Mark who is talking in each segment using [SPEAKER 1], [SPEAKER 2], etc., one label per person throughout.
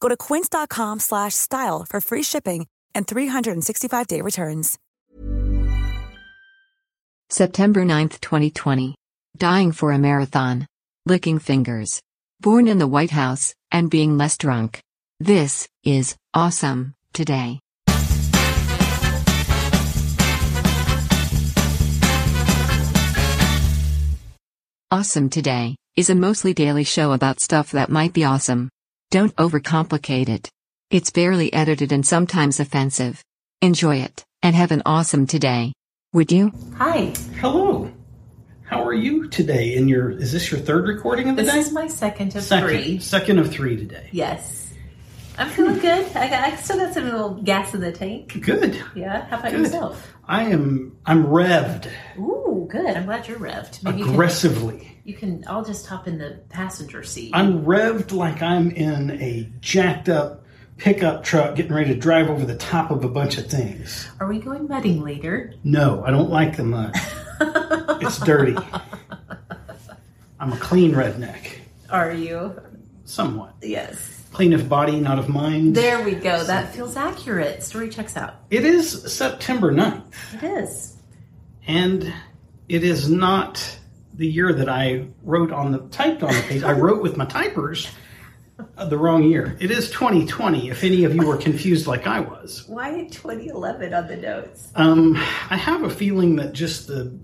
[SPEAKER 1] Go to quince.com/style slash style for free shipping and 365-day returns.
[SPEAKER 2] September 9, 2020. Dying for a marathon. Licking fingers. Born in the White House and being less drunk. This is awesome today. Awesome Today is a mostly daily show about stuff that might be awesome. Don't overcomplicate it. It's barely edited and sometimes offensive. Enjoy it and have an awesome today. Would you?
[SPEAKER 3] Hi,
[SPEAKER 4] Hello. How are you today? In your is this your third recording of the
[SPEAKER 3] this
[SPEAKER 4] day?
[SPEAKER 3] is my second of
[SPEAKER 4] second,
[SPEAKER 3] three.
[SPEAKER 4] second of three today.
[SPEAKER 3] Yes, I'm feeling good. I, got, I still got some little gas in the tank.
[SPEAKER 4] Good.
[SPEAKER 3] Yeah, how about
[SPEAKER 4] Good.
[SPEAKER 3] yourself?
[SPEAKER 4] I am. I'm revved
[SPEAKER 3] Ooh, good. I'm glad you're revved. Maybe you can,
[SPEAKER 4] aggressively.
[SPEAKER 3] you can all just hop in the passenger seat.
[SPEAKER 4] I'm revved like I'm in a jacked up pickup truck getting ready to drive over the top of a bunch of things.
[SPEAKER 3] Are we going mudding later?
[SPEAKER 4] No, I don't like the mud. it's dirty. I'm a clean redneck,
[SPEAKER 3] Are you?
[SPEAKER 4] somewhat
[SPEAKER 3] Yes.
[SPEAKER 4] clean of body, not of mind.
[SPEAKER 3] There we go. That feels accurate. Story checks out.
[SPEAKER 4] It is September 9th.
[SPEAKER 3] It is.
[SPEAKER 4] and it is not the year that I wrote on the typed on the page. I wrote with my typers uh, the wrong year. It is 2020. If any of you were confused like I was,
[SPEAKER 3] Why 2011 on the notes?
[SPEAKER 4] um, I have a feeling that just the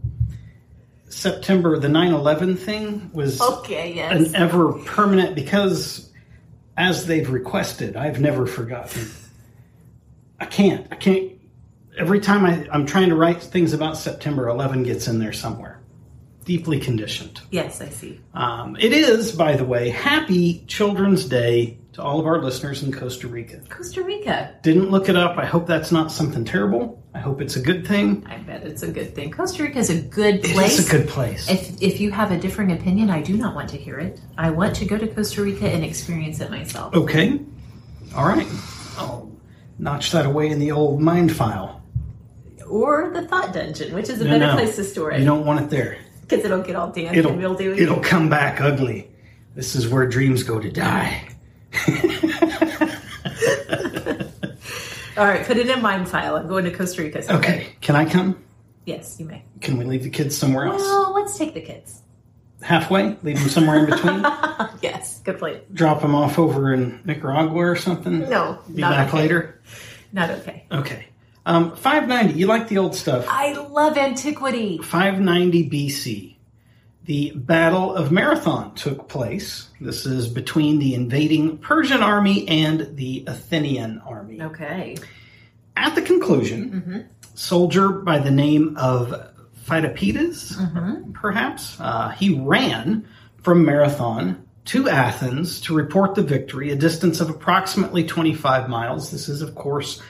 [SPEAKER 4] September the 9/11 thing was
[SPEAKER 3] Okay. Yes.
[SPEAKER 4] an ever permanent because as they've requested, I've never forgotten. I can't. I can't. Every time I, I'm trying to write things about September, 11 gets in there somewhere. Deeply conditioned.
[SPEAKER 3] Yes, I see.
[SPEAKER 4] Um, it is, by the way, Happy Children's Day to all of our listeners in Costa Rica.
[SPEAKER 3] Costa Rica.
[SPEAKER 4] Didn't look it up. I hope that's not something terrible. I hope it's a good thing.
[SPEAKER 3] I bet it's a good thing. Costa Rica is a good place.
[SPEAKER 4] It's a good place.
[SPEAKER 3] If, if you have a differing opinion, I do not want to hear it. I want to go to Costa Rica and experience it myself.
[SPEAKER 4] Okay. All right. I'll notch that away in the old mind file.
[SPEAKER 3] Or the Thought Dungeon, which is a
[SPEAKER 4] No,
[SPEAKER 3] better
[SPEAKER 4] no.
[SPEAKER 3] place to store
[SPEAKER 4] You
[SPEAKER 3] it.
[SPEAKER 4] don't want it there.
[SPEAKER 3] Because it'll get all damp
[SPEAKER 4] It'll
[SPEAKER 3] and mildewy.
[SPEAKER 4] it'll come back ugly. This is where dreams go to die.
[SPEAKER 3] All right, put it in mine file. I'm going to Costa Rica. someday.
[SPEAKER 4] Okay, can I come?
[SPEAKER 3] Yes, you may.
[SPEAKER 4] Can we leave the kids somewhere else?
[SPEAKER 3] Well, let's take the kids.
[SPEAKER 4] Halfway? Leave them somewhere in between?
[SPEAKER 3] Yes, good point.
[SPEAKER 4] Drop them off over in Nicaragua or something?
[SPEAKER 3] No,
[SPEAKER 4] Be
[SPEAKER 3] not
[SPEAKER 4] back
[SPEAKER 3] okay.
[SPEAKER 4] later?
[SPEAKER 3] Not okay.
[SPEAKER 4] Okay. Um, 590, you like the old stuff.
[SPEAKER 3] I love antiquity.
[SPEAKER 4] 590 BC, the Battle of Marathon took place. This is between the invading Persian army and the Athenian army.
[SPEAKER 3] Okay.
[SPEAKER 4] At the conclusion, soldier by the name of Phytopedes, perhaps, uh, he ran from Marathon to Athens to report the victory, a distance of approximately 25 miles. This is, of course,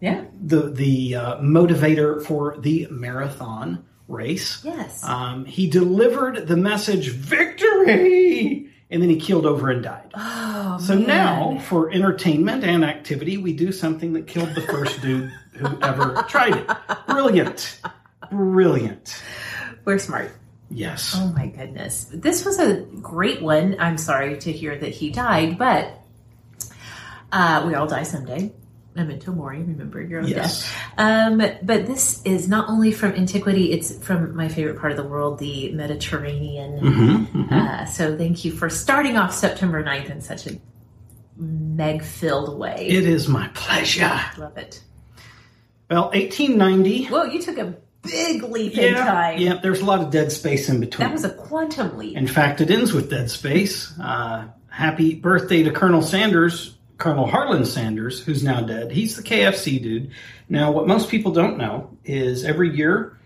[SPEAKER 3] Yeah.
[SPEAKER 4] the, the uh, motivator for the marathon race.
[SPEAKER 3] Yes.
[SPEAKER 4] Um, he delivered the message victory and then he keeled over and died.
[SPEAKER 3] Oh,
[SPEAKER 4] so now, for entertainment and activity, we do something that killed the first dude who ever tried it. Brilliant. Brilliant.
[SPEAKER 3] We're smart.
[SPEAKER 4] Yes.
[SPEAKER 3] Oh my goodness. This was a great one. I'm sorry to hear that he died, but uh, we all die someday. Memento mori, remember your own
[SPEAKER 4] Yes.
[SPEAKER 3] death. Um, but this is not only from antiquity, it's from my favorite part of the world, the Mediterranean.
[SPEAKER 4] Mm-hmm,
[SPEAKER 3] Uh, so thank you for starting off September 9th in such a meg filled way.
[SPEAKER 4] It is my pleasure.
[SPEAKER 3] Love it.
[SPEAKER 4] Well, 1890.
[SPEAKER 3] Whoa, you took a big leap in
[SPEAKER 4] Yeah,
[SPEAKER 3] time.
[SPEAKER 4] yeah, there's a lot of dead space in between.
[SPEAKER 3] That was a quantum leap.
[SPEAKER 4] In fact, it ends with Dead Space. Uh, happy birthday to Colonel Sanders, Colonel Harlan Sanders, who's now dead. He's the KFC dude. Now, what most people don't know is every year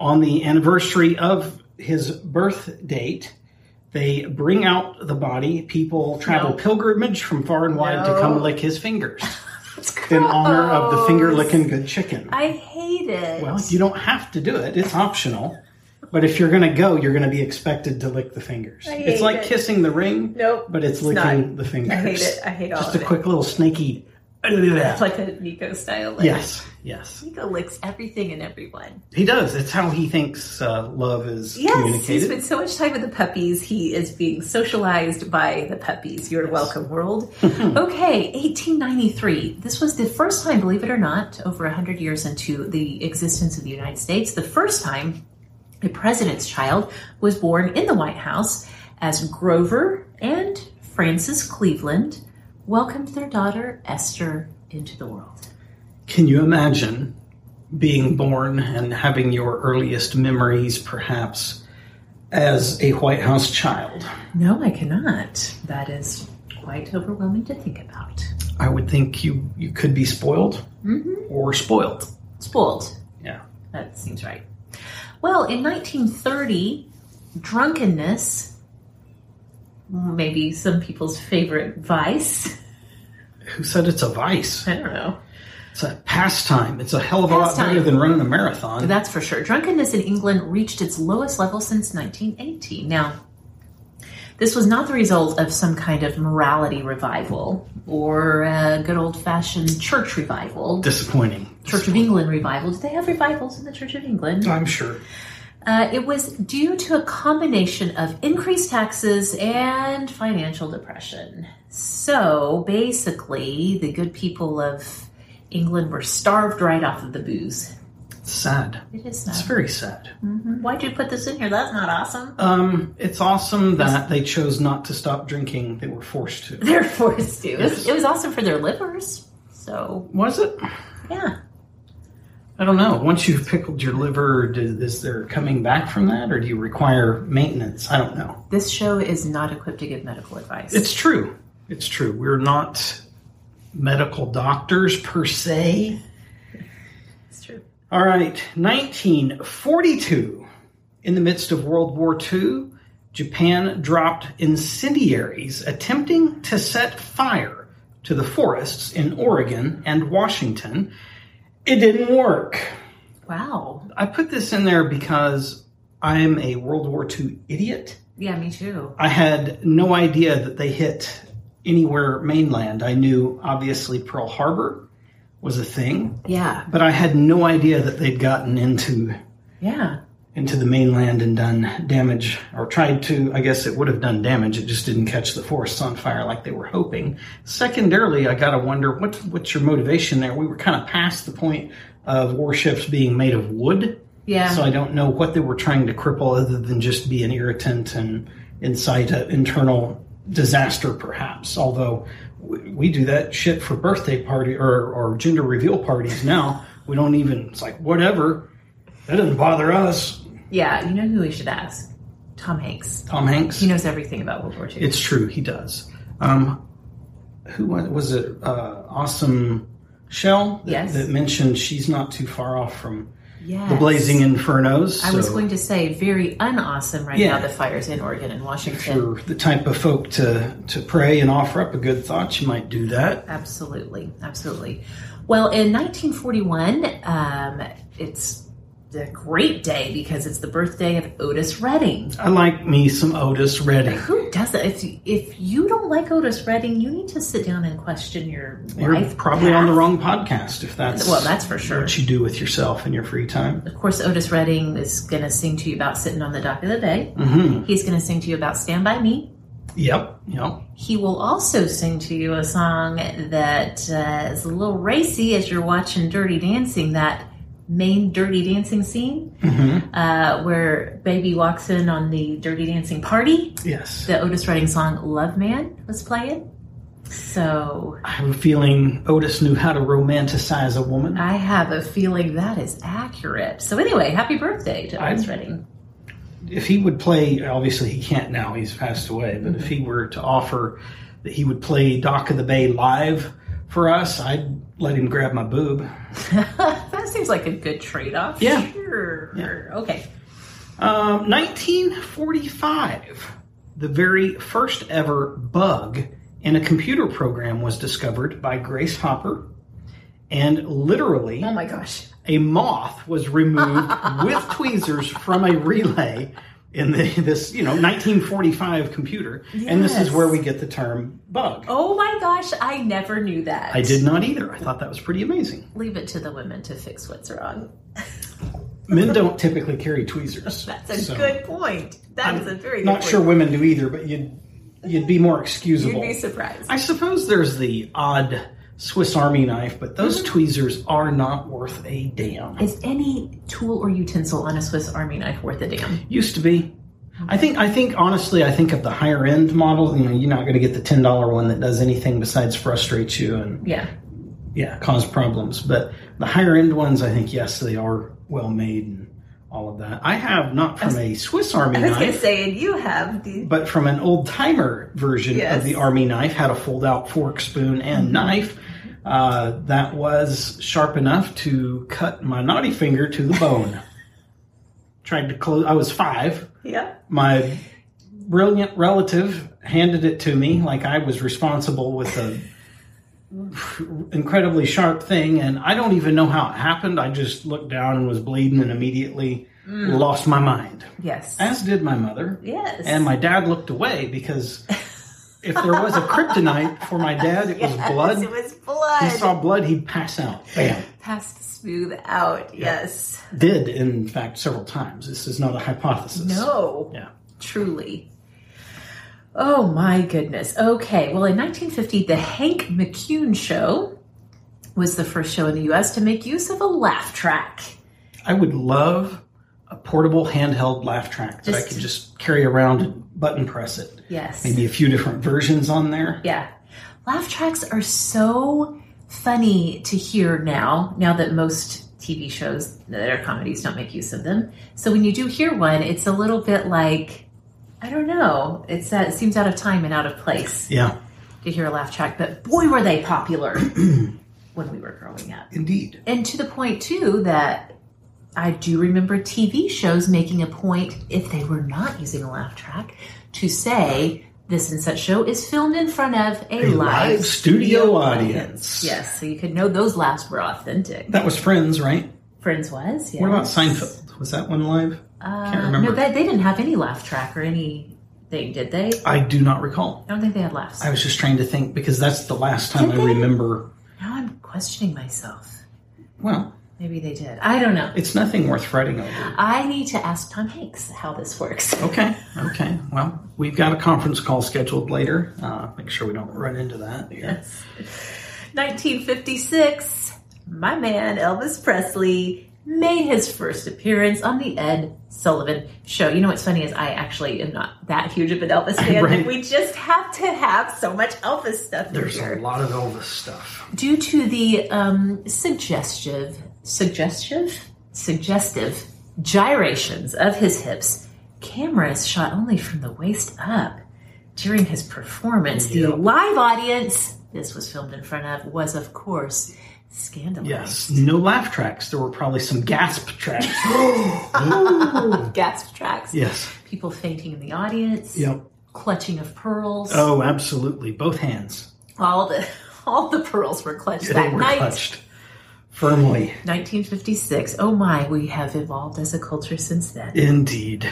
[SPEAKER 4] on the anniversary of his birth date, they bring out the body. People travel pilgrimage from far and wide to come lick his fingers in honor of the finger licking good chicken.
[SPEAKER 3] I hate it.
[SPEAKER 4] Well, you don't have to do it. It's optional. But if you're going to go, you're going to be expected to lick the fingers. It's like kissing the ring,
[SPEAKER 3] Nope,
[SPEAKER 4] but it's
[SPEAKER 3] it's not.
[SPEAKER 4] licking the fingers.
[SPEAKER 3] I hate it. I hate all
[SPEAKER 4] Just
[SPEAKER 3] of
[SPEAKER 4] a
[SPEAKER 3] it.
[SPEAKER 4] quick little snaky.
[SPEAKER 3] It's like a Nico style. Like,
[SPEAKER 4] yes, yes.
[SPEAKER 3] Nico licks everything and everyone.
[SPEAKER 4] He does. It's how he thinks uh, love is
[SPEAKER 3] Yes, he
[SPEAKER 4] communicated.
[SPEAKER 3] spends so much time with the puppies. He is being socialized by the puppies. You're welcome, world. okay, 1893. This was the first time, believe it or not, over 100 years into the existence of the United States, the first time a president's child was born in the White House as Grover and Frances Cleveland welcomed their daughter Esther into the world.
[SPEAKER 4] Can you imagine being born and having your earliest memories, perhaps, as a White House child?
[SPEAKER 3] No, I cannot. That is quite overwhelming to think about.
[SPEAKER 4] I would think you, you could be spoiled
[SPEAKER 3] Mm-hmm.
[SPEAKER 4] or spoiled.
[SPEAKER 3] Spoiled.
[SPEAKER 4] Yeah.
[SPEAKER 3] That seems right. Well, in 1930, drunkenness, maybe some people's favorite vice,
[SPEAKER 4] Who said it's a vice?
[SPEAKER 3] I don't know,
[SPEAKER 4] It's a pastime. It's a hell of a lot
[SPEAKER 3] Pastime.
[SPEAKER 4] better than running a marathon.
[SPEAKER 3] that's for sure. Drunkenness in England reached its lowest level since 1980. Now, this was not the result of some kind of morality revival or a good old fashioned church revival.
[SPEAKER 4] Disappointing.
[SPEAKER 3] Church of England revival. Did they have revivals in the Church of England?
[SPEAKER 4] I'm sure.
[SPEAKER 3] Uh, it was due to a combination of increased taxes and financial depression. So basically, the good people of England were starved right off of the booze.
[SPEAKER 4] It's sad.
[SPEAKER 3] It is Mm.
[SPEAKER 4] It's
[SPEAKER 3] not.
[SPEAKER 4] very sad.
[SPEAKER 3] Why'd you put this in here? That's not awesome.
[SPEAKER 4] Um, it's awesome that they chose not to stop drinking. They were forced to.
[SPEAKER 3] They're forced to. It was, it was awesome for their livers. So,
[SPEAKER 4] Was it?
[SPEAKER 3] yeah.
[SPEAKER 4] I don't know. Once you've pickled your liver, do, is there coming back from that, or do you require maintenance? I don't know.
[SPEAKER 3] This show is not equipped to give medical advice.
[SPEAKER 4] It's true. It's true. We're not medical doctors per se.
[SPEAKER 3] It's true.
[SPEAKER 4] All right, 1942. In the midst of World War II, Japan dropped incendiaries attempting to set fire to the forests in Oregon and Washington. It didn't work.
[SPEAKER 3] Wow.
[SPEAKER 4] I put this in there because I'm a World War II idiot.
[SPEAKER 3] Yeah, me too.
[SPEAKER 4] I had no idea that they hit anywhere mainland. I knew, obviously, Pearl Harbor was a thing,
[SPEAKER 3] Yeah.
[SPEAKER 4] but I had no idea that they'd gotten into
[SPEAKER 3] Yeah.
[SPEAKER 4] into the mainland and done damage, or tried to. I guess it would have done damage. It just didn't catch the forests on fire like they were hoping. Secondarily, I gotta wonder what what's your motivation there. We were kind of past the point of warships being made of wood,
[SPEAKER 3] Yeah.
[SPEAKER 4] so I don't know what they were trying to cripple other than just be an irritant and incite an internal disaster, perhaps. Although w- we do that shit for birthday party or, or gender reveal parties now. We don't even. It's like whatever. That doesn't bother us.
[SPEAKER 3] yeah. You know who we should ask? Tom Hanks.
[SPEAKER 4] Tom Hanks.
[SPEAKER 3] He knows everything about World War II.
[SPEAKER 4] it's true, he does. Um, who was, was it? Uh, awesome Shell. that-
[SPEAKER 3] Yes.
[SPEAKER 4] That mentioned she's not too far off from
[SPEAKER 3] yes.
[SPEAKER 4] the Blazing Infernos.
[SPEAKER 3] I was
[SPEAKER 4] so
[SPEAKER 3] going to say very unawesome right
[SPEAKER 4] Yeah.
[SPEAKER 3] now. The fires in Oregon and
[SPEAKER 4] If
[SPEAKER 3] Washington.
[SPEAKER 4] you're the type of folk to to pray and offer up a good thought, you might do that.
[SPEAKER 3] Absolutely, absolutely. Well, in 1941, um, it's a great day because it's the birthday of Otis Redding.
[SPEAKER 4] I like me some Otis Redding.
[SPEAKER 3] Who doesn't? If if you don't like Otis Redding, you need to sit down and question your
[SPEAKER 4] You're
[SPEAKER 3] life.
[SPEAKER 4] probably on the wrong podcast if that's
[SPEAKER 3] Well, that's for sure.
[SPEAKER 4] what you do with yourself in your free time.
[SPEAKER 3] Of course, Otis Redding is going to sing to you about sitting on the dock of the bay.
[SPEAKER 4] Mm-hmm.
[SPEAKER 3] He's going to sing to you about Stand By Me.
[SPEAKER 4] Yep, yep.
[SPEAKER 3] He will also sing to you a song that uh, is a little racy as you're watching Dirty Dancing, that main Dirty Dancing scene
[SPEAKER 4] Mm-hmm.
[SPEAKER 3] uh, where Baby walks in on the Dirty Dancing party.
[SPEAKER 4] Yes.
[SPEAKER 3] The Otis Redding song Love Man was playing. So
[SPEAKER 4] I have a feeling Otis knew how to romanticize a woman.
[SPEAKER 3] I have a feeling that is accurate. So, anyway, happy birthday to Otis Redding.
[SPEAKER 4] if he would play, obviously he can't now, he's passed away, but if he
[SPEAKER 3] Mm-hmm.
[SPEAKER 4] were to offer that he would play Dock of the Bay live for us, I'd let him grab my boob.
[SPEAKER 3] That seems like a good trade off.
[SPEAKER 4] Yeah.
[SPEAKER 3] Sure. Okay.
[SPEAKER 4] Um, 1945, the very first ever bug in a computer program was discovered by Grace Hopper, and literally
[SPEAKER 3] Oh my gosh.
[SPEAKER 4] a moth was removed with tweezers from a relay in the, this you know 1945 computer, and this is
[SPEAKER 3] Yes.
[SPEAKER 4] where we get the term bug.
[SPEAKER 3] Oh my gosh. I never knew that.
[SPEAKER 4] I did not either. I thought that was pretty amazing.
[SPEAKER 3] Leave it to the women to fix what's wrong.
[SPEAKER 4] Men don't typically carry tweezers.
[SPEAKER 3] That's a good point. That is a very good
[SPEAKER 4] Not
[SPEAKER 3] point.
[SPEAKER 4] sure women do either, but you'd you'd be more
[SPEAKER 3] You'd
[SPEAKER 4] excusable.
[SPEAKER 3] be surprised.
[SPEAKER 4] I suppose there's the odd Swiss Army knife, but those
[SPEAKER 3] Mm-hmm.
[SPEAKER 4] tweezers are not worth a damn.
[SPEAKER 3] Is any tool or utensil on a Swiss Army knife worth a damn?
[SPEAKER 4] Used to be. I think. I think honestly, I think of the higher end model. You know, you're not going to get the ten dollar one that does anything besides frustrate you and
[SPEAKER 3] Yeah.
[SPEAKER 4] yeah, cause problems. But the higher end ones, I think yes, they are well made and all of that. I have not from a Swiss Army
[SPEAKER 3] I was going
[SPEAKER 4] knife.
[SPEAKER 3] to say, and you have the.
[SPEAKER 4] but from an old timer version
[SPEAKER 3] Yes.
[SPEAKER 4] of the army knife, had a fold out fork, spoon, and knife uh, that was sharp enough to cut my naughty finger to the bone. Tried to close, I was five.
[SPEAKER 3] Yeah.
[SPEAKER 4] My brilliant relative handed it to me like I was responsible with a incredibly sharp thing and I don't even know how it happened. I just looked down and was bleeding and immediately lost my mind.
[SPEAKER 3] Yes.
[SPEAKER 4] As did my mother.
[SPEAKER 3] yes.
[SPEAKER 4] And my dad looked away because if there was a kryptonite for my dad, it was blood.
[SPEAKER 3] It was blood.
[SPEAKER 4] He saw blood, he'd pass out. Bam.
[SPEAKER 3] Passed smooth out. Yes.
[SPEAKER 4] Did, in fact, several times. This is not a hypothesis.
[SPEAKER 3] No.
[SPEAKER 4] Yeah.
[SPEAKER 3] Truly. Oh my goodness. Okay. Well, in 1950, the Hank McCune show was the first show in the U.S. to make use of a laugh track.
[SPEAKER 4] I would love a portable handheld laugh track that I
[SPEAKER 3] Just-
[SPEAKER 4] could just carry around and button press it.
[SPEAKER 3] Yes.
[SPEAKER 4] Maybe a few different versions on there.
[SPEAKER 3] Yeah. Laugh tracks are so funny to hear now, now that most TV shows that are comedies don't make use of them. So when you do hear one, it's a little bit like, I don't know, it's that, it seems out of time and out of place
[SPEAKER 4] Yeah,
[SPEAKER 3] to hear a laugh track, but boy, were they popular when we were growing up.
[SPEAKER 4] indeed.
[SPEAKER 3] And to the point, too, that I do remember TV shows making a point, if they were not using a laugh track, to say this and such show is filmed in front of a,
[SPEAKER 4] A live studio audience.
[SPEAKER 3] Yes, so you could know those laughs were authentic.
[SPEAKER 4] That was Friends, right?
[SPEAKER 3] Friends was, yeah.
[SPEAKER 4] What about Seinfeld? Was that one live? I Can't remember.
[SPEAKER 3] Uh, No, they, they didn't have any laugh track or anything, did they? I
[SPEAKER 4] I do not recall.
[SPEAKER 3] don't think they had laughs.
[SPEAKER 4] I was just trying to think because that's the last time I remember.
[SPEAKER 3] now I'm questioning myself.
[SPEAKER 4] Well,
[SPEAKER 3] Maybe they did. I don't know.
[SPEAKER 4] it's nothing worth fretting over.
[SPEAKER 3] I need to ask Tom Hanks how this works.
[SPEAKER 4] Okay, okay. Well, we've got a conference call scheduled later. Uh, make sure we don't run into that. Yeah.
[SPEAKER 3] 1956, my man Elvis Presley made his first appearance on the Ed Sullivan Show. You know what's funny is I actually am not that huge of an Elvis fan.
[SPEAKER 4] Right.
[SPEAKER 3] We just have to have so much Elvis stuff in
[SPEAKER 4] There's
[SPEAKER 3] here
[SPEAKER 4] a lot of Elvis stuff.
[SPEAKER 3] due to the um, suggestive, suggestive, suggestive gyrations of his hips, cameras shot only from the waist up during his performance. The live audience this was filmed in front of was, of course, scandalous.
[SPEAKER 4] Yes, no laugh tracks. There were probably some gasp tracks.
[SPEAKER 3] gasp tracks.
[SPEAKER 4] yes.
[SPEAKER 3] People fainting in the audience.
[SPEAKER 4] Yep.
[SPEAKER 3] Clutching of pearls.
[SPEAKER 4] Oh, absolutely. Both hands.
[SPEAKER 3] All the all the pearls were clutched
[SPEAKER 4] They
[SPEAKER 3] that
[SPEAKER 4] were
[SPEAKER 3] night.
[SPEAKER 4] clutched. Firmly.
[SPEAKER 3] 1956. Oh my, we have evolved as a culture since then.
[SPEAKER 4] Indeed.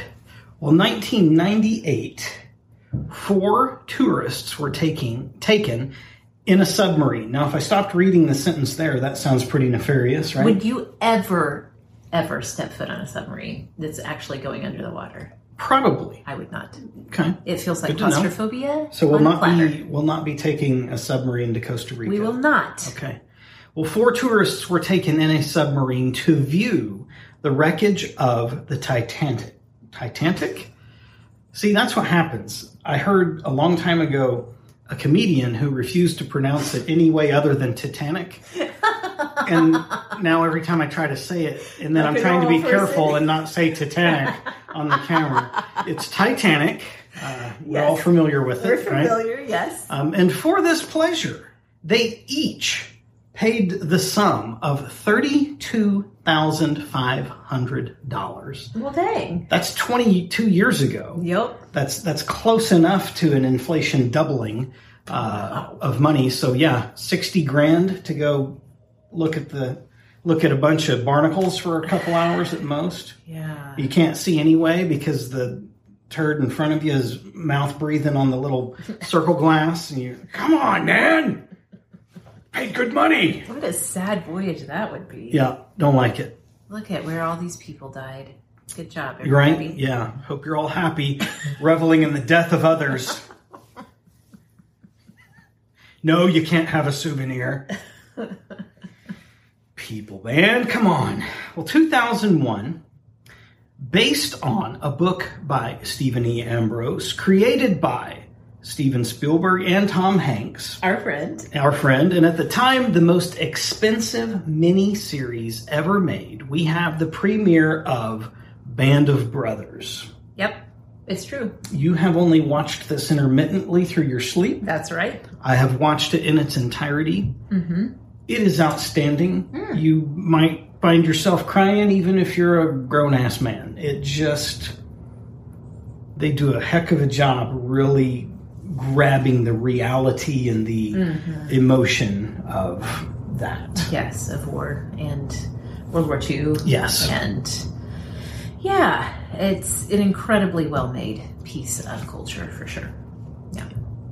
[SPEAKER 4] Well, 1998, four tourists were taking, taken in a submarine. Now, if I stopped reading the sentence there, that sounds pretty nefarious, right?
[SPEAKER 3] Would you ever, ever step foot on a submarine that's actually going under the water?
[SPEAKER 4] Probably.
[SPEAKER 3] I would not.
[SPEAKER 4] Okay.
[SPEAKER 3] It feels like
[SPEAKER 4] Good to know.
[SPEAKER 3] claustrophobia.
[SPEAKER 4] So we'll
[SPEAKER 3] on a
[SPEAKER 4] not
[SPEAKER 3] platter.
[SPEAKER 4] be we'll not be taking a submarine to Costa Rica.
[SPEAKER 3] We will not.
[SPEAKER 4] Okay. Well, four tourists were taken in a submarine to view the wreckage of the Titanic. Titanic? See, that's what happens. I heard a long time ago a comedian who refused to pronounce it any way other than Titanic. and now every time I try to say it, and then
[SPEAKER 3] Like
[SPEAKER 4] I'm
[SPEAKER 3] a
[SPEAKER 4] trying to be
[SPEAKER 3] normal person.
[SPEAKER 4] careful and not say Titanic on the camera. It's Titanic. Uh, We're all
[SPEAKER 3] Yes.
[SPEAKER 4] familiar with
[SPEAKER 3] We're
[SPEAKER 4] it, right?
[SPEAKER 3] familiar, yes.
[SPEAKER 4] Um, and for this pleasure, they each paid the sum of $32,500.
[SPEAKER 3] Well, dang.
[SPEAKER 4] That's 22 years ago.
[SPEAKER 3] Yep.
[SPEAKER 4] That's, that's close enough to an inflation doubling uh, of money. So, yeah, 60 grand to go look at the. Look at a bunch of barnacles for a couple hours at most.
[SPEAKER 3] Yeah.
[SPEAKER 4] You can't see anyway because the turd in front of you is mouth breathing on the little circle glass, and you come on, man, paid good money.
[SPEAKER 3] What a sad voyage that would be.
[SPEAKER 4] Yeah, don't like it.
[SPEAKER 3] Look at where all these people died. Good job,
[SPEAKER 4] Right?
[SPEAKER 3] everybody.
[SPEAKER 4] Yeah. Hope you're all happy, reveling in the death of others. No, you can't have a souvenir. People, man, come on. Well, 2001, based on a book by Stephen E. Ambrose, created by Steven Spielberg and Tom Hanks,
[SPEAKER 3] Our friend.
[SPEAKER 4] our friend, and at the time, the most expensive mini series ever made. We have the premiere of Band of Brothers.
[SPEAKER 3] Yep. It's true.
[SPEAKER 4] You have only watched this intermittently through your sleep.
[SPEAKER 3] That's right.
[SPEAKER 4] I have watched it in its entirety. Mm-hmm. Mm. is outstanding. You might find yourself crying even if you're a grown ass man. It just. They do a heck of a job really grabbing the reality and the Mm-hmm. emotion of that.
[SPEAKER 3] Yes, of war and World War II.
[SPEAKER 4] Yes.
[SPEAKER 3] And yeah, it's an incredibly well made piece of culture for sure. Yeah.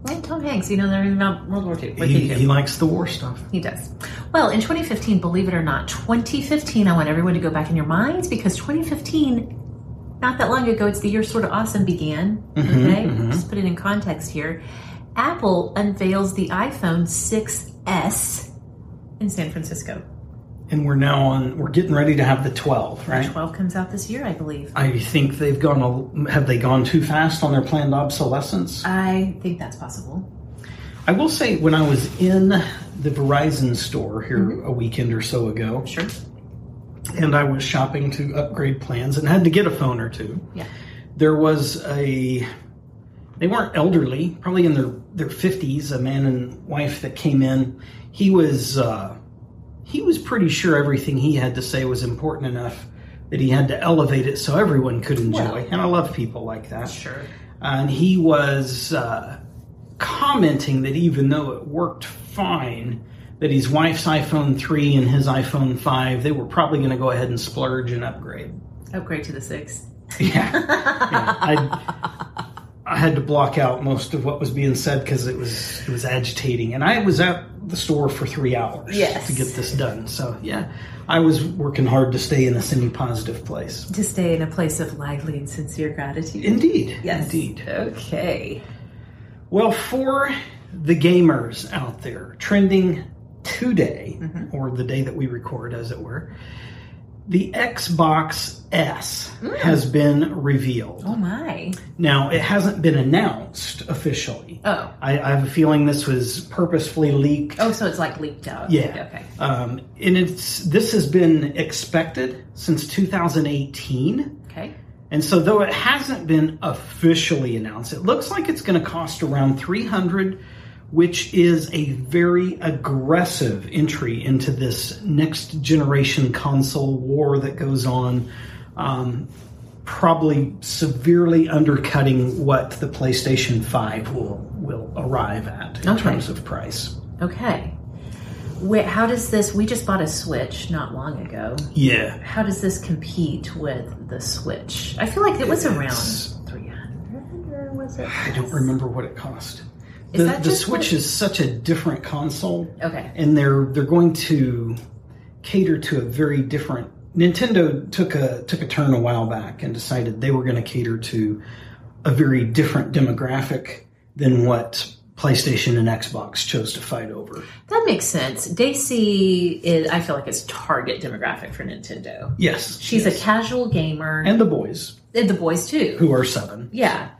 [SPEAKER 3] And Tom Hanks, you know, they're about World War II. What can
[SPEAKER 4] He,
[SPEAKER 3] you do?
[SPEAKER 4] he likes the war stuff.
[SPEAKER 3] He does. Well, in 2015, believe it or not, 2015, I want everyone to go back in your minds because 2015, not that long ago, it's the year sort of awesome began.
[SPEAKER 4] Mm-hmm,
[SPEAKER 3] okay? Just put it in context here. Apple unveils the iPhone 6S in San Francisco.
[SPEAKER 4] And we're now on, we're getting ready to have the 12, right?
[SPEAKER 3] 12 comes out this year, I believe.
[SPEAKER 4] I think they've gone. a- Have they gone too fast on their planned obsolescence?
[SPEAKER 3] I think that's possible.
[SPEAKER 4] I will say, when I was in the Verizon store here a weekend or so ago,
[SPEAKER 3] Mm-hmm. Sure.
[SPEAKER 4] and I was shopping to upgrade plans and had to get a phone or two,
[SPEAKER 3] Yeah.
[SPEAKER 4] there was a. They weren't elderly, probably in their their fifties, a man and wife that came in. He was uh, he was pretty sure everything he had to say was important enough that he had to elevate it so everyone could enjoy. and I love people like that.
[SPEAKER 3] Sure.
[SPEAKER 4] and he was uh, commenting that even though it worked fine, that his wife's iPhone 3 and his iPhone 5, they were probably going to go ahead and splurge and upgrade.
[SPEAKER 3] Upgrade to the 6.
[SPEAKER 4] Yeah, Yeah. I, I had to block out most of what was being said because it was it was agitating, and I was at the store for three hours
[SPEAKER 3] Yes.
[SPEAKER 4] to get this done. So yeah, I was working hard to stay in a semi-positive place.
[SPEAKER 3] To stay in a place of lively and sincere gratitude.
[SPEAKER 4] Indeed,
[SPEAKER 3] yes.
[SPEAKER 4] indeed.
[SPEAKER 3] Okay.
[SPEAKER 4] Well, for the gamers out there, trending today,
[SPEAKER 3] Mm-hmm.
[SPEAKER 4] or the day that we record, as it were, the Xbox S has been revealed.
[SPEAKER 3] Mm. Oh, my.
[SPEAKER 4] Now, it hasn't been announced officially.
[SPEAKER 3] Oh.
[SPEAKER 4] I, I have a feeling this was purposefully leaked.
[SPEAKER 3] Oh, so it's like leaked out.
[SPEAKER 4] Yeah.
[SPEAKER 3] Okay.
[SPEAKER 4] Um, and it's this has been expected since 2018.
[SPEAKER 3] Okay.
[SPEAKER 4] And so, though it hasn't been officially announced, it looks like it's going to cost around 300, which is a very aggressive entry into this next generation console war that goes on. Um, probably severely undercutting what the PlayStation 5 will will arrive at in
[SPEAKER 3] Okay.
[SPEAKER 4] terms of price.
[SPEAKER 3] Okay. Wait, how does this? We just bought a Switch not long ago.
[SPEAKER 4] Yeah.
[SPEAKER 3] How does this compete with the Switch? I feel like it was around
[SPEAKER 4] It's-
[SPEAKER 3] 300 or was it?
[SPEAKER 4] I don't remember what it cost.
[SPEAKER 3] Is
[SPEAKER 4] The,
[SPEAKER 3] that
[SPEAKER 4] the
[SPEAKER 3] just what-
[SPEAKER 4] Switch is such a different console.
[SPEAKER 3] Okay.
[SPEAKER 4] and they're they're going to cater to a very different Nintendo took a took a turn a while back and decided they were going to cater to a very different demographic than what PlayStation and Xbox chose to fight over.
[SPEAKER 3] That makes sense. Daisy is, I feel like, it's target demographic for Nintendo.
[SPEAKER 4] Yes.
[SPEAKER 3] She's a casual gamer, and,
[SPEAKER 4] and the boys
[SPEAKER 3] the boys too.
[SPEAKER 4] who are 7.
[SPEAKER 3] Yeah.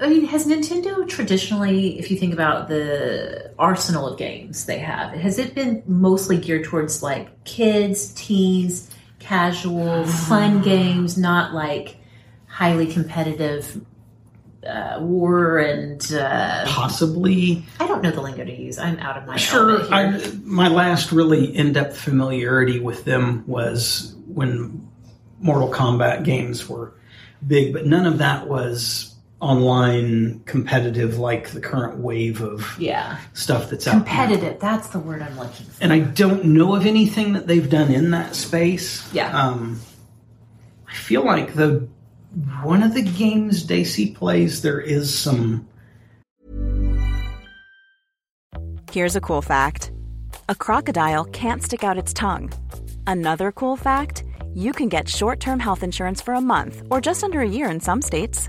[SPEAKER 3] I mean, has Nintendo traditionally, if you think about the arsenal of games they have, has it been mostly geared towards like kids, teens, casual,
[SPEAKER 4] Ah.
[SPEAKER 3] fun games, not like highly competitive uh, war and uh,
[SPEAKER 4] Possibly
[SPEAKER 3] I don't know the lingo to use. I'm out of my element
[SPEAKER 4] Sure.
[SPEAKER 3] here.
[SPEAKER 4] I, my last really in depth familiarity with them was when Mortal Kombat games were big, but none of that was online competitive like the current wave of
[SPEAKER 3] yeah,
[SPEAKER 4] stuff that's out there.
[SPEAKER 3] competitive. That's the word I'm looking for.
[SPEAKER 4] And I don't know of anything that they've done in that space.
[SPEAKER 3] Yeah.
[SPEAKER 4] Um, I feel like the one of the games Daisy plays, there is some
[SPEAKER 5] Here's a cool fact a crocodile can't stick out its tongue. Another cool fact you can get short term health insurance for a month or just under a year in some states.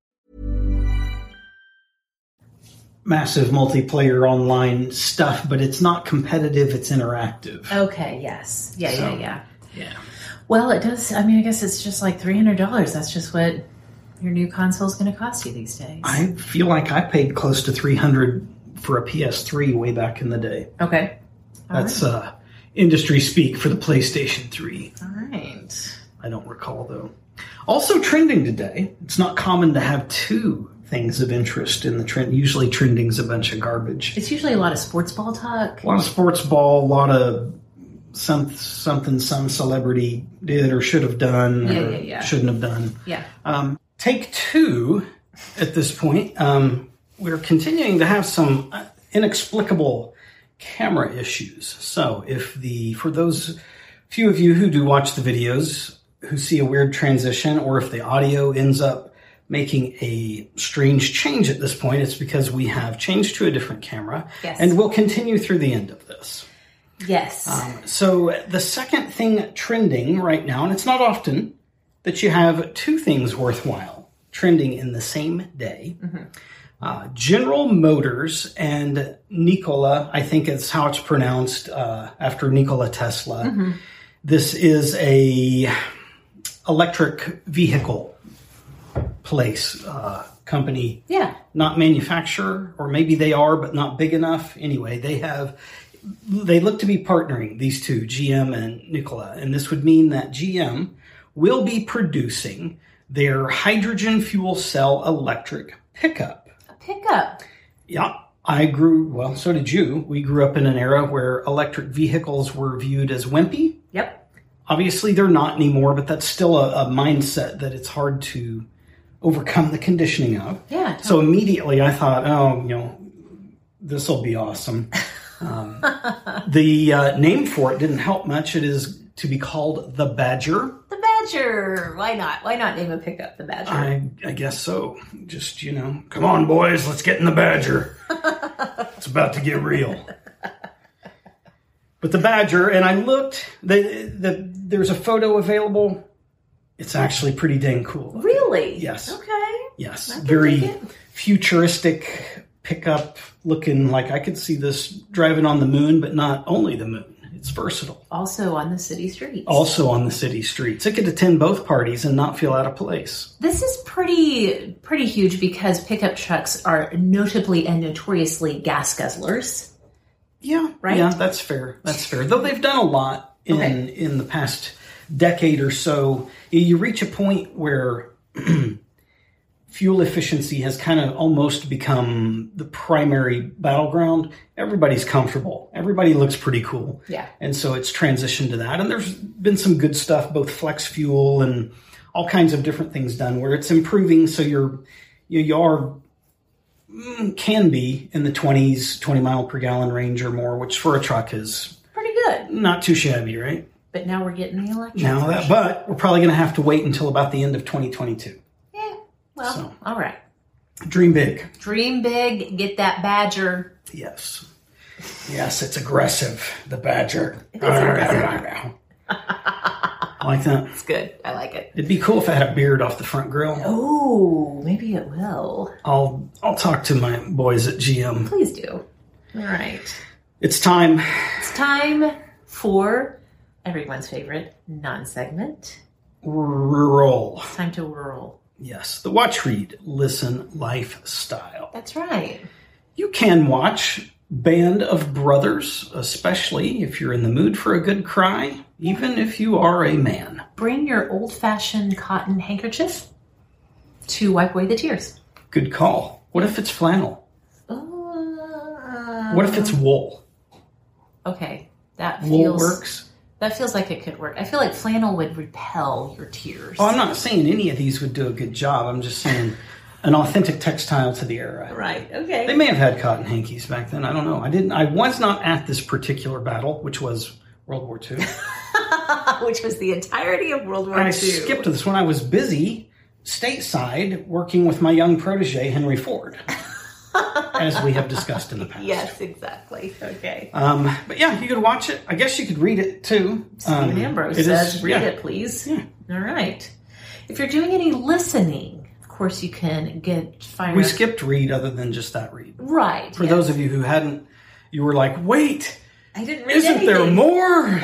[SPEAKER 4] massive multiplayer online stuff, but it's not competitive, it's interactive.
[SPEAKER 3] Okay. Yes. Yeah.
[SPEAKER 4] So-
[SPEAKER 3] yeah. Yeah.
[SPEAKER 4] Yeah.
[SPEAKER 3] Well, it does. I mean, I guess it's just like three hundred dollars. That's just what your new console's going to cost you these days.
[SPEAKER 4] I feel like I paid close to 300 for a PS3 way back in the day.
[SPEAKER 3] okay.
[SPEAKER 4] That's uh, industry speak for the PlayStation 3.
[SPEAKER 3] All right.
[SPEAKER 4] I don't recall though. Also trending today. It's not common to have two things of interest in the trend. Usually trending's a bunch of garbage.
[SPEAKER 3] It's usually a lot of sports ball talk.
[SPEAKER 4] A lot of sports ball, a lot of some something some celebrity did or should have done
[SPEAKER 3] Yeah,
[SPEAKER 4] or
[SPEAKER 3] yeah, yeah.
[SPEAKER 4] shouldn't have done.
[SPEAKER 3] Yeah.
[SPEAKER 4] Um, take two at this point. Um, we're continuing to have some uh, inexplicable camera issues. So, if the, for those few of you who do watch the videos who see a weird transition, or if the audio ends up making a strange change at this point, it's because we have changed to a different camera.
[SPEAKER 3] Yes.
[SPEAKER 4] And we'll continue through the end of this.
[SPEAKER 3] Yes.
[SPEAKER 4] So the second thing trending right now, and it's not often that you have two things worthwhile trending in the same day. Uh, General Motors and Nikola, I think is how it's pronounced uh, after Nikola Tesla. This is a electric vehicle place uh, company
[SPEAKER 3] yeah.
[SPEAKER 4] not manufacturer, or maybe they are, but not big enough. Anyway, they have they look to be partnering these two, GM and Nikola, and this would mean that GM will be producing their hydrogen fuel cell electric pickup.
[SPEAKER 3] A pickup.
[SPEAKER 4] Yeah, I grew well, so did you. We grew up in an era where electric vehicles were viewed as wimpy.
[SPEAKER 3] Yep.
[SPEAKER 4] Obviously, they're not anymore, but that's still a, a mindset that it's hard to overcome the conditioning of.
[SPEAKER 3] Yeah.
[SPEAKER 4] So immediately I thought, oh, you know, this will be awesome. Um, the uh, name for it didn't help much. It is to be called the Badger.
[SPEAKER 3] The Badger. Why not? Why not name a pickup the Badger?
[SPEAKER 4] I, I guess so. Just, you know, come on, boys, let's get in the Badger. it's about to get real. But the Badger, and I looked, the, the, there's a photo available. It's actually pretty dang cool.
[SPEAKER 3] really?
[SPEAKER 4] Yes.
[SPEAKER 3] Okay.
[SPEAKER 4] Yes,
[SPEAKER 3] I can
[SPEAKER 4] very
[SPEAKER 3] dig it.
[SPEAKER 4] futuristic pickup looking like I could see this driving on the moon, but not only the moon. It's versatile.
[SPEAKER 3] Also on the city streets.
[SPEAKER 4] Also on the city streets. It could attend both parties and not feel out of place.
[SPEAKER 3] This is pretty pretty huge because pickup trucks are notably and notoriously gas guzzlers.
[SPEAKER 4] Yeah.
[SPEAKER 3] Right?
[SPEAKER 4] Yeah, that's fair. That's fair. Though they've done a lot in
[SPEAKER 3] Okay.
[SPEAKER 4] in the past decade or so. You- You reach a point where fuel efficiency has kind of almost become the primary battleground. Everybody's comfortable. Everybody looks pretty cool.
[SPEAKER 3] Yeah.
[SPEAKER 4] And so it's transitioned to that. And there's been some good stuff, both flex fuel and all kinds of different things done where it's improving so you're you, you are mm, can be in the 20s 20 mile per gallon range or more which for a truck is
[SPEAKER 3] Pretty good.
[SPEAKER 4] not too shabby right
[SPEAKER 3] But now we're getting the election.
[SPEAKER 4] now that but we're probably going to have to wait until about the end of 2022
[SPEAKER 3] Yeah. Well,
[SPEAKER 4] So.
[SPEAKER 3] all right.
[SPEAKER 4] dream big
[SPEAKER 3] Dream big, get that badger.
[SPEAKER 4] Yes. Yes, it's aggressive, the badger. I like that.
[SPEAKER 3] It's good. I like it.
[SPEAKER 4] It'd be cool if I had a beard off the front grill.
[SPEAKER 3] Oh, maybe it will.
[SPEAKER 4] I'll I'll talk to my boys at GM.
[SPEAKER 3] Please do. All right.
[SPEAKER 4] It's time.
[SPEAKER 3] It's time for everyone's favorite non segment.
[SPEAKER 4] Rural.
[SPEAKER 3] It's time to whirl.
[SPEAKER 4] Yes, the watch read, listen lifestyle.
[SPEAKER 3] That's right.
[SPEAKER 4] You can watch Band of Brothers, especially if you're in the mood for a good cry, even if you are a man.
[SPEAKER 3] Bring your old fashioned cotton handkerchief to wipe away the tears.
[SPEAKER 4] Good call. What if it's flannel?
[SPEAKER 3] What
[SPEAKER 4] What if it's wool?
[SPEAKER 3] Okay, Um, that
[SPEAKER 4] Wool
[SPEAKER 3] feels
[SPEAKER 4] works.
[SPEAKER 3] that feels like it could work. I feel like flannel would repel your tears.
[SPEAKER 4] Oh, I'm not saying any of these would do a good job. I'm just saying an authentic textile to the era.
[SPEAKER 3] Right.
[SPEAKER 4] They
[SPEAKER 3] Okay.
[SPEAKER 4] may have had cotton hankies back then. I don't know. I didn't. I was not at this particular battle, which was World War II.
[SPEAKER 3] Which was the entirety of World War
[SPEAKER 4] I
[SPEAKER 3] II.
[SPEAKER 4] skipped this one. I was busy stateside working with my young protege Henry Ford, as we have discussed in the past.
[SPEAKER 3] Yes, exactly. Okay.
[SPEAKER 4] Um, but yeah, you could watch it. I guess you could read it too. Um,
[SPEAKER 3] Stephen Ambrose
[SPEAKER 4] it is-
[SPEAKER 3] says, "Read
[SPEAKER 4] yeah.
[SPEAKER 3] it, please." All right. If you're doing any listening, of course, you can get fire.
[SPEAKER 4] We skipped read other than just that read.
[SPEAKER 3] Right.
[SPEAKER 4] For those of you who hadn't, you were like, wait.
[SPEAKER 3] I didn't read
[SPEAKER 4] Isn't there
[SPEAKER 3] anything.
[SPEAKER 4] more?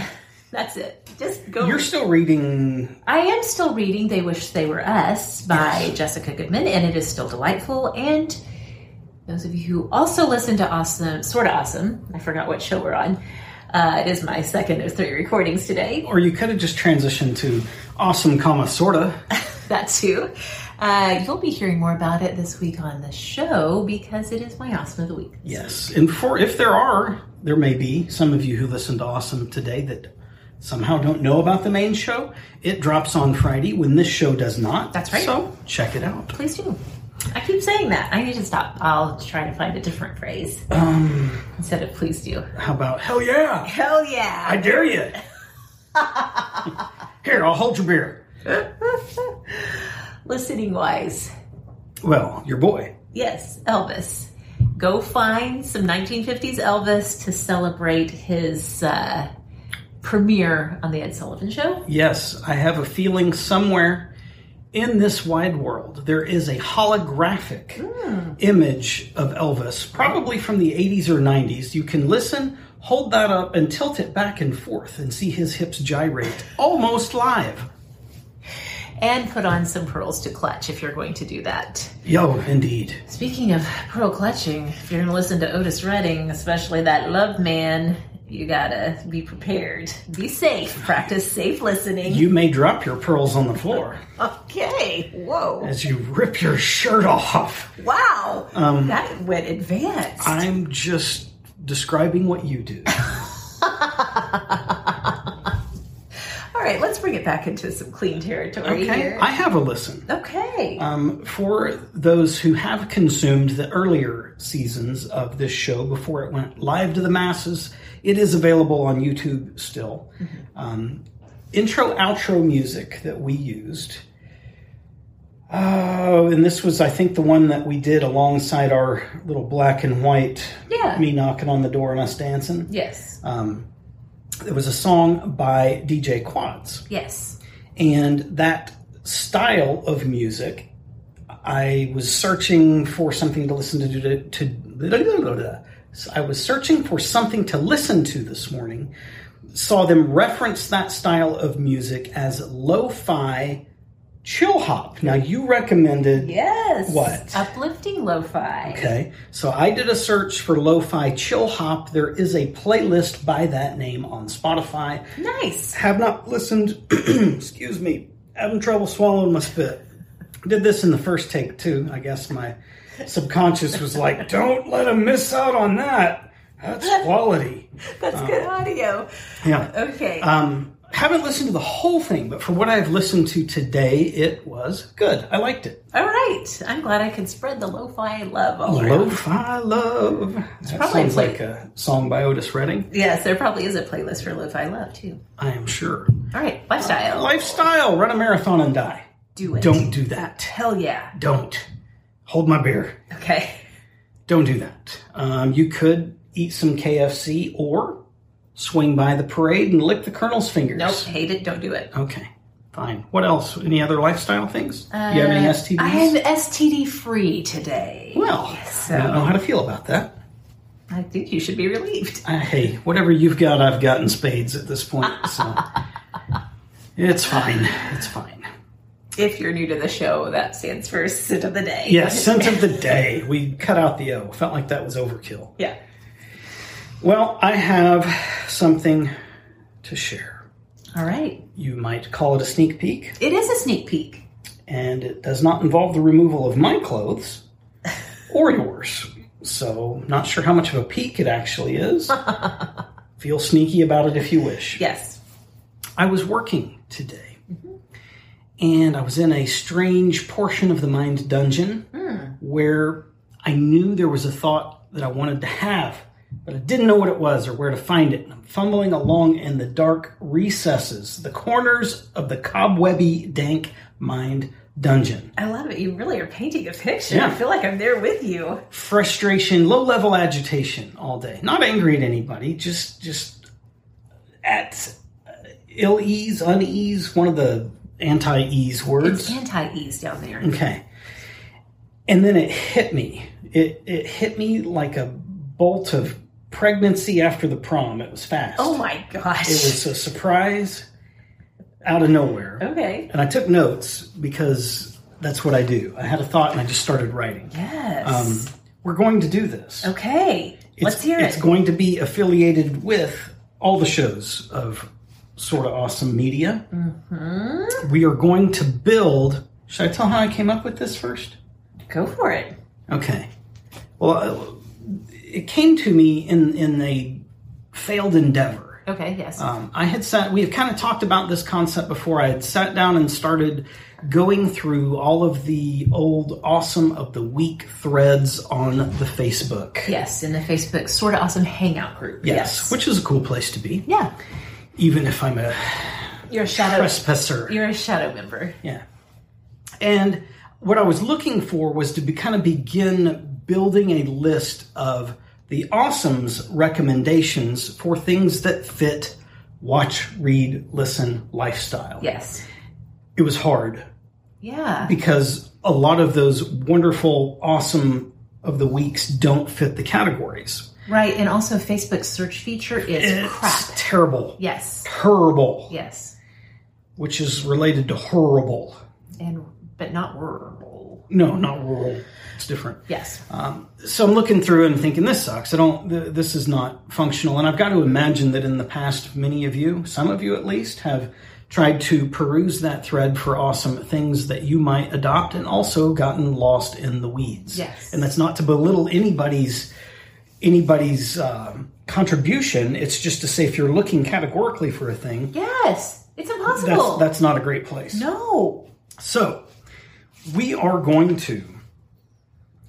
[SPEAKER 3] That's it. Just go.
[SPEAKER 4] You're still reading.
[SPEAKER 3] I am still reading They Wish They Were Us by Jessica Goodman, and it is still delightful. And those of you who also listen to Awesome, sort of Awesome, I forgot what show we're on. Uh, it is my second of three recordings today.
[SPEAKER 4] Or you could have just transitioned to awesome, comma, sorta.
[SPEAKER 3] That too. Uh, you'll be hearing more about it this week on the show because it is my Awesome of the Week.
[SPEAKER 4] Yes. And for if there are, there may be some of you who listen to Awesome today that somehow don't know about the main show. It drops on Friday when this show does not.
[SPEAKER 3] That's right.
[SPEAKER 4] So check it out.
[SPEAKER 3] Please do. I keep saying that. I need to stop. I'll try to find a different phrase instead of please do.
[SPEAKER 4] How about hell yeah?
[SPEAKER 3] Um. Hell yeah!
[SPEAKER 4] I dare you. Here, I'll hold your beer.
[SPEAKER 3] Listening wise,
[SPEAKER 4] Well, your boy.
[SPEAKER 3] Yes, Elvis. Go find some 1950s Elvis to celebrate his uh, premiere on The Ed Sullivan Show.
[SPEAKER 4] Yes, I have a feeling somewhere in this wide world there is a holographic image of Elvis, probably from the 80s or 90s. You can listen, hold that up, and tilt it back and forth and see his hips gyrate almost live.
[SPEAKER 3] And put on some pearls to clutch if you're going to do that.
[SPEAKER 4] Yo, indeed.
[SPEAKER 3] Speaking of pearl clutching, if you're going to listen to Otis Redding, especially that Love Man, you gotta be prepared. Be safe. Practice safe listening.
[SPEAKER 4] You may drop your pearls on the floor
[SPEAKER 3] okay. Whoa.
[SPEAKER 4] as you rip your shirt off.
[SPEAKER 3] Wow.
[SPEAKER 4] Um,
[SPEAKER 3] that went advanced.
[SPEAKER 4] I'm just describing what you do.
[SPEAKER 3] All right, let's bring it back into some clean territory
[SPEAKER 4] Okay?
[SPEAKER 3] here.
[SPEAKER 4] I have a listen.
[SPEAKER 3] okay.
[SPEAKER 4] Um, for those who have consumed the earlier seasons of this show before it went live to the masses, it is available on YouTube still. Um, intro outro music that we used. Oh, and this was, I think, the one that we did alongside our little black and white.
[SPEAKER 3] Yeah.
[SPEAKER 4] Me knocking on the door and us dancing.
[SPEAKER 3] yes.
[SPEAKER 4] uh, It was a song by DJ Quads.
[SPEAKER 3] yes.
[SPEAKER 4] And that style of music, I was searching for something to listen to. to, to blah, blah, blah, blah. So I was searching for something to listen to this morning. Saw them reference that style of music as lo-fi chill hop. Now you recommended
[SPEAKER 3] Yes.
[SPEAKER 4] What?
[SPEAKER 3] Uplifting lo-fi.
[SPEAKER 4] Okay, so I did a search for lo-fi chill hop. There is a playlist by that name on Spotify.
[SPEAKER 3] Nice.
[SPEAKER 4] Have not listened. excuse me. Having trouble swallowing my spit. Did this in the first take too. I guess my subconscious was like, "Don't let him miss out on that. That's quality."
[SPEAKER 3] That's good audio.
[SPEAKER 4] Yeah.
[SPEAKER 3] Okay.
[SPEAKER 4] Uh, Um, haven't listened to the whole thing, but for what I've listened to today, it was good. I liked it.
[SPEAKER 3] All right. I'm glad I can spread the lo-fi love
[SPEAKER 4] Oh,
[SPEAKER 3] all around.
[SPEAKER 4] Lo-fi love. That
[SPEAKER 3] Oh, probably
[SPEAKER 4] sounds
[SPEAKER 3] like-
[SPEAKER 4] like a song by Otis Redding.
[SPEAKER 3] Yes, there probably is a playlist for lo-fi love too.
[SPEAKER 4] I am sure.
[SPEAKER 3] All right. Lifestyle.
[SPEAKER 4] Lifestyle. Run a marathon and die.
[SPEAKER 3] do it.
[SPEAKER 4] Don't do that.
[SPEAKER 3] Hell yeah.
[SPEAKER 4] Don't. Hold my beer.
[SPEAKER 3] Okay.
[SPEAKER 4] Don't do that. Um, you could eat some KFC or swing by the parade and lick the colonel's fingers.
[SPEAKER 3] Nope. Hate it. Don't do it.
[SPEAKER 4] Okay. Fine. What else? Any other lifestyle things? you have any STDs?
[SPEAKER 3] I am STD free today.
[SPEAKER 4] well, I don't know how to feel about that.
[SPEAKER 3] I think you should be relieved.
[SPEAKER 4] I, hey, whatever you've got, I've got in spades at this point. So it's fine. It's fine.
[SPEAKER 3] If you're new to the show, that stands for sit of the day.
[SPEAKER 4] Yeah, scent of the day. We cut out the O. Felt like that was overkill.
[SPEAKER 3] Yeah.
[SPEAKER 4] Well, I have something to share.
[SPEAKER 3] All right.
[SPEAKER 4] You might call it a sneak peek,
[SPEAKER 3] It is a sneak peek.
[SPEAKER 4] and it does not involve the removal of my clothes or yours. So, not sure how much of a peek it actually is. Feel sneaky about it if you wish.
[SPEAKER 3] Yes.
[SPEAKER 4] I was working today, and I was in a strange portion of the mind dungeon where I knew there was a thought that I wanted to have, but I didn't know what it was or where to find it. And I'm fumbling along in the dark recesses, the corners of the cobwebby, dank mind dungeon.
[SPEAKER 3] I love it. You really are painting a picture.
[SPEAKER 4] Yeah.
[SPEAKER 3] I feel like I'm there with you.
[SPEAKER 4] Frustration, low level agitation all day. Not angry at anybody, just just at uh, ill ease, unease, one of the anti ease words. Mm.
[SPEAKER 3] It's anti ease down there.
[SPEAKER 4] Okay. And then it hit me. It it hit me like a bolt of pregnancy after the prom. It was fast.
[SPEAKER 3] Oh my gosh.
[SPEAKER 4] It was a surprise out of nowhere.
[SPEAKER 3] okay.
[SPEAKER 4] And I took notes because that's what I do. I had a thought and I just started writing. Um,
[SPEAKER 3] Yes.
[SPEAKER 4] we're going to do this.
[SPEAKER 3] okay. Let's hear
[SPEAKER 4] it's
[SPEAKER 3] it.
[SPEAKER 4] going to be affiliated with all the shows of sort of awesome media.
[SPEAKER 3] Mm-hmm.
[SPEAKER 4] We are going to build. Should I tell how I came up with this first?
[SPEAKER 3] Go for it.
[SPEAKER 4] Okay. Well, I- it came to me in in a failed endeavor.
[SPEAKER 3] Okay. Yes.
[SPEAKER 4] Um, I had sat. We have kind of talked about this concept before. I had sat down and started going through all of the old awesome of the week threads on the Facebook.
[SPEAKER 3] yes. In the Facebook sort of awesome hangout group.
[SPEAKER 4] Yes, which is a cool place to be,
[SPEAKER 3] yeah.
[SPEAKER 4] even if I'm a
[SPEAKER 3] You're a shadow.
[SPEAKER 4] trespasser.
[SPEAKER 3] Oh. You're a shadow member.
[SPEAKER 4] Yeah. And what I was looking for was to be, kind of begin building a list of the awesomes recommendations for things that fit watch, read, listen lifestyle.
[SPEAKER 3] Yes.
[SPEAKER 4] It was hard
[SPEAKER 3] Yeah.
[SPEAKER 4] because a lot of those wonderful awesome of the weeks don't fit the categories.
[SPEAKER 3] Right. And also, Facebook's search feature is
[SPEAKER 4] It's
[SPEAKER 3] crap.
[SPEAKER 4] terrible.
[SPEAKER 3] Yes.
[SPEAKER 4] Terrible,
[SPEAKER 3] Yes.
[SPEAKER 4] which is related to horrible.
[SPEAKER 3] And but not rural.
[SPEAKER 4] No, not rural. It's different.
[SPEAKER 3] Yes.
[SPEAKER 4] so I'm looking through and thinking this sucks. I don't. Th- this is not functional. And I've got to imagine that in the past, many of you, some of you at least, have tried to peruse that thread for awesome things that you might adopt, and also gotten lost in the weeds.
[SPEAKER 3] Yes.
[SPEAKER 4] And that's not to belittle anybody's anybody's um, contribution. It's just to say if you're looking categorically for a thing,
[SPEAKER 3] yes. It's impossible.
[SPEAKER 4] that's that's not a great place.
[SPEAKER 3] no.
[SPEAKER 4] So we are going to.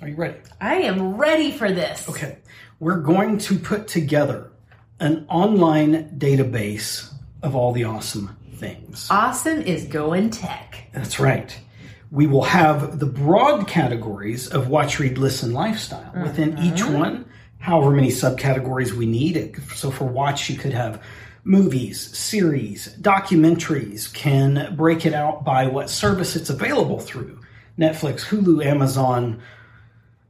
[SPEAKER 4] Are you ready?
[SPEAKER 3] I am ready for this.
[SPEAKER 4] Okay. We're going to put together an online database of all the awesome things.
[SPEAKER 3] Awesome is going tech.
[SPEAKER 4] That's right. We will have the broad categories of watch, read, listen, lifestyle within each one, however many subcategories we need. It- So for watch, you could have movies, series, documentaries, can break it out by what service it's available through. Netflix, Hulu, Amazon,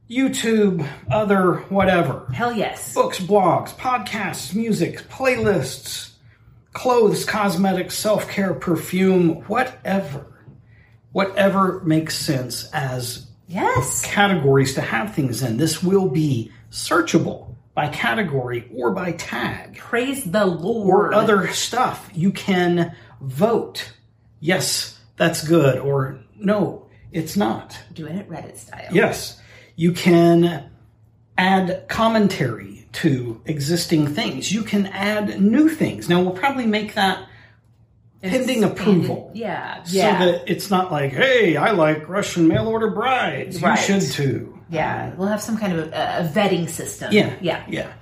[SPEAKER 4] YouTube, other whatever.
[SPEAKER 3] Hell yes.
[SPEAKER 4] Books, blogs, podcasts, music, playlists, clothes, cosmetics, self care, perfume, whatever. Whatever makes sense as
[SPEAKER 3] Yes.
[SPEAKER 4] categories to have things in. This will be searchable by category or by tag
[SPEAKER 3] Praise the
[SPEAKER 4] or
[SPEAKER 3] Lord.
[SPEAKER 4] other stuff. You can vote. Yes, that's good, or no, it's not.
[SPEAKER 3] Doing it Reddit style.
[SPEAKER 4] Yes, you can add commentary to existing things. You can add new things. Now, we'll probably make that pending approval.
[SPEAKER 3] Yeah. Yeah.
[SPEAKER 4] So that it's not like, hey, I like Russian mail order brides.
[SPEAKER 3] Right.
[SPEAKER 4] You should too.
[SPEAKER 3] yeah. We'll have some kind of a, a vetting system.
[SPEAKER 4] Yeah.
[SPEAKER 3] Yeah.
[SPEAKER 4] Yeah.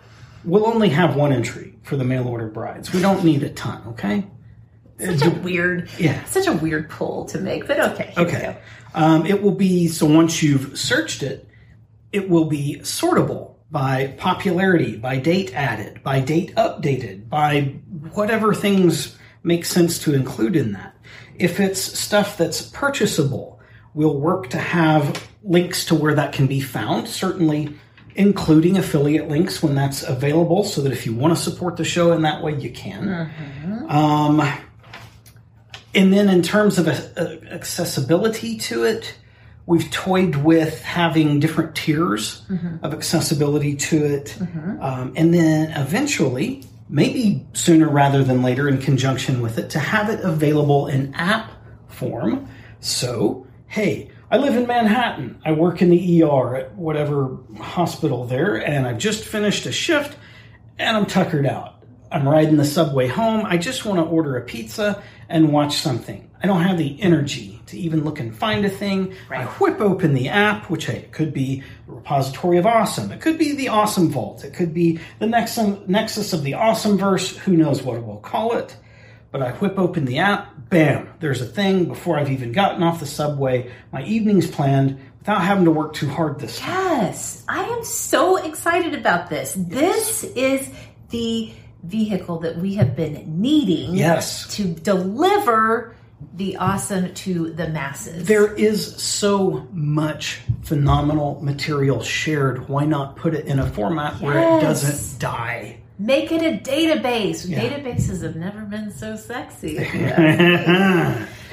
[SPEAKER 4] We'll only have one entry for the mail order brides. We don't need a ton, okay?
[SPEAKER 3] Such a weird.
[SPEAKER 4] Yeah.
[SPEAKER 3] Such a weird pull to make, but okay. Here We
[SPEAKER 4] Okay.
[SPEAKER 3] go.
[SPEAKER 4] Um, it will be so once you've searched it, it will be sortable by popularity, by date added, by date updated, by whatever things make sense to include in that. If it's stuff that's purchasable, we'll work to have links to where that can be found, certainly including affiliate links when that's available, so that if you want to support the show in that way, you can. Um, and then in terms of a, a- accessibility to it, we've toyed with having different tiers of accessibility to it. Um, and then eventually, maybe sooner rather than later, in conjunction with it, to have it available in app form. So, hey, I live in Manhattan. I work in the ER at whatever hospital there, and I've just finished a shift and I'm tuckered out. I'm riding the subway home. I just want to order a pizza and watch something. I don't have the energy to even look and find a thing. I whip open the app, which hey, it could be the repository of awesome. It could be the awesome vault. It could be the nexum, nexus of the awesome verse. Who knows what we'll call it. But I whip open the app, bam, there's a thing before I've even gotten off the subway. My evening's planned without having to work too hard this time.
[SPEAKER 3] Yes, I am so excited about this. This is the vehicle that we have been needing
[SPEAKER 4] Yes.
[SPEAKER 3] to deliver the awesome to the masses.
[SPEAKER 4] There is so much phenomenal material shared. Why not put it in a format where it
[SPEAKER 3] Yes.
[SPEAKER 4] doesn't die?
[SPEAKER 3] Make it a database. Databases have never been so sexy.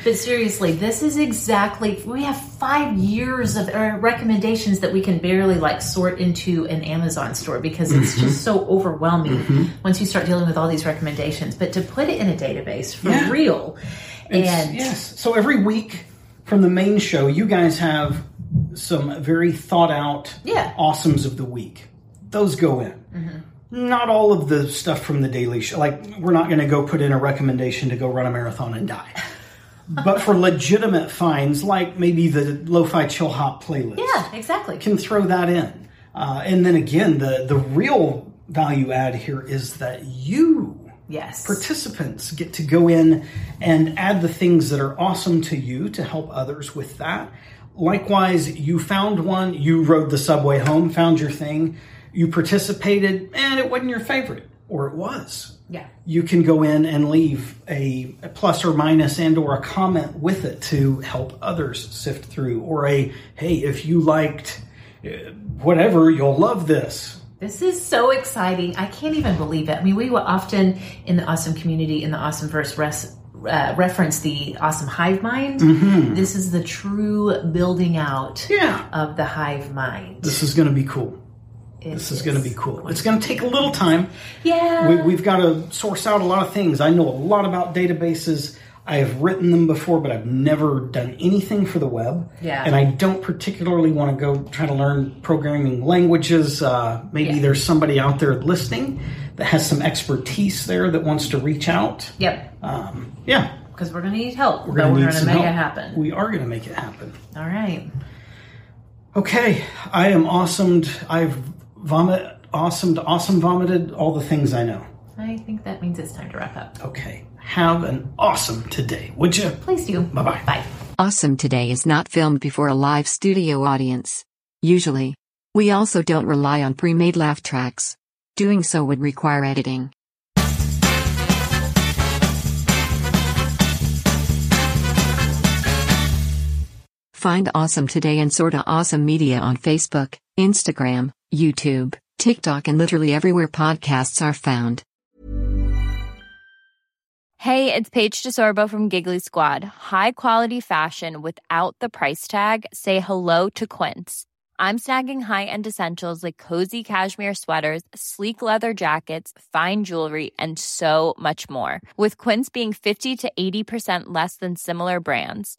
[SPEAKER 3] but seriously, this is exactly we have 5 years of uh, recommendations that we can barely like sort into an Amazon store because it's
[SPEAKER 4] Mm-hmm.
[SPEAKER 3] just so overwhelming once you start dealing with all these recommendations, but to put it in a database for
[SPEAKER 4] Yeah.
[SPEAKER 3] real and
[SPEAKER 4] Yes. So every week from the main show, you guys have some very thought out
[SPEAKER 3] Yeah.
[SPEAKER 4] awesomes of the week. Those go in.
[SPEAKER 3] Mm-hmm.
[SPEAKER 4] Not all of the stuff from the Daily Show. Like, we're not going to go put in a recommendation to go run a marathon and die. but for legitimate finds, like maybe the Lo Fi Chill Hop playlist.
[SPEAKER 3] yeah, exactly.
[SPEAKER 4] can throw that in. Uh, and then again, the the real value add here is that you
[SPEAKER 3] yes.
[SPEAKER 4] participants get to go in and add the things that are awesome to you to help others with that. Likewise, you found one, you rode the subway home, found your thing, you participated, and it wasn't your favorite, or it was
[SPEAKER 3] yeah.
[SPEAKER 4] you can go in and leave a, a plus or minus and or a comment with it to help others sift through or a hey if you liked uh, whatever you'll love this
[SPEAKER 3] This is so exciting. I can't even believe it. I mean, we will often in the awesome community, in the awesome verse, res, uh, reference the awesome hive mind. This is the true building out
[SPEAKER 4] Mm-hmm. yeah
[SPEAKER 3] of the hive mind.
[SPEAKER 4] this is going to be cool this is going to be cool it's going to take a little time
[SPEAKER 3] Yeah.
[SPEAKER 4] we, we've got to source out a lot of things i know a lot about databases i have written them before but i've never done anything for the web
[SPEAKER 3] Yeah.
[SPEAKER 4] and i don't particularly want to go try to learn programming languages uh, maybe there's somebody out there listening that has some expertise there that wants to reach out Um,
[SPEAKER 3] yep.
[SPEAKER 4] yeah
[SPEAKER 3] Because we're going to need help. We're
[SPEAKER 4] gonna
[SPEAKER 3] going
[SPEAKER 4] need
[SPEAKER 3] to make
[SPEAKER 4] some
[SPEAKER 3] it
[SPEAKER 4] help.
[SPEAKER 3] happen.
[SPEAKER 4] we are going to make it happen
[SPEAKER 3] All right.
[SPEAKER 4] okay i am awesomed i've vomit awesomed awesome vomited all the things i know
[SPEAKER 3] I think that means it's time to wrap up.
[SPEAKER 4] okay have an awesome today would you
[SPEAKER 3] Please do.
[SPEAKER 4] Bye-bye.
[SPEAKER 3] Bye.
[SPEAKER 2] Awesome Today is not filmed before a live studio audience. Usually. We also don't rely on pre made laugh tracks. Doing so would require editing. Find Awesome Today and Sorta Awesome Media on Facebook, Instagram, YouTube, TikTok, and literally everywhere podcasts are found.
[SPEAKER 6] Hey, it's Paige DeSorbo from Giggly Squad. High quality fashion without the price tag. Say hello to Quince. I'm snagging high-end essentials like cozy cashmere sweaters, sleek leather jackets, fine jewelry, and so much more. With Quince being 50 to 80% less than similar brands.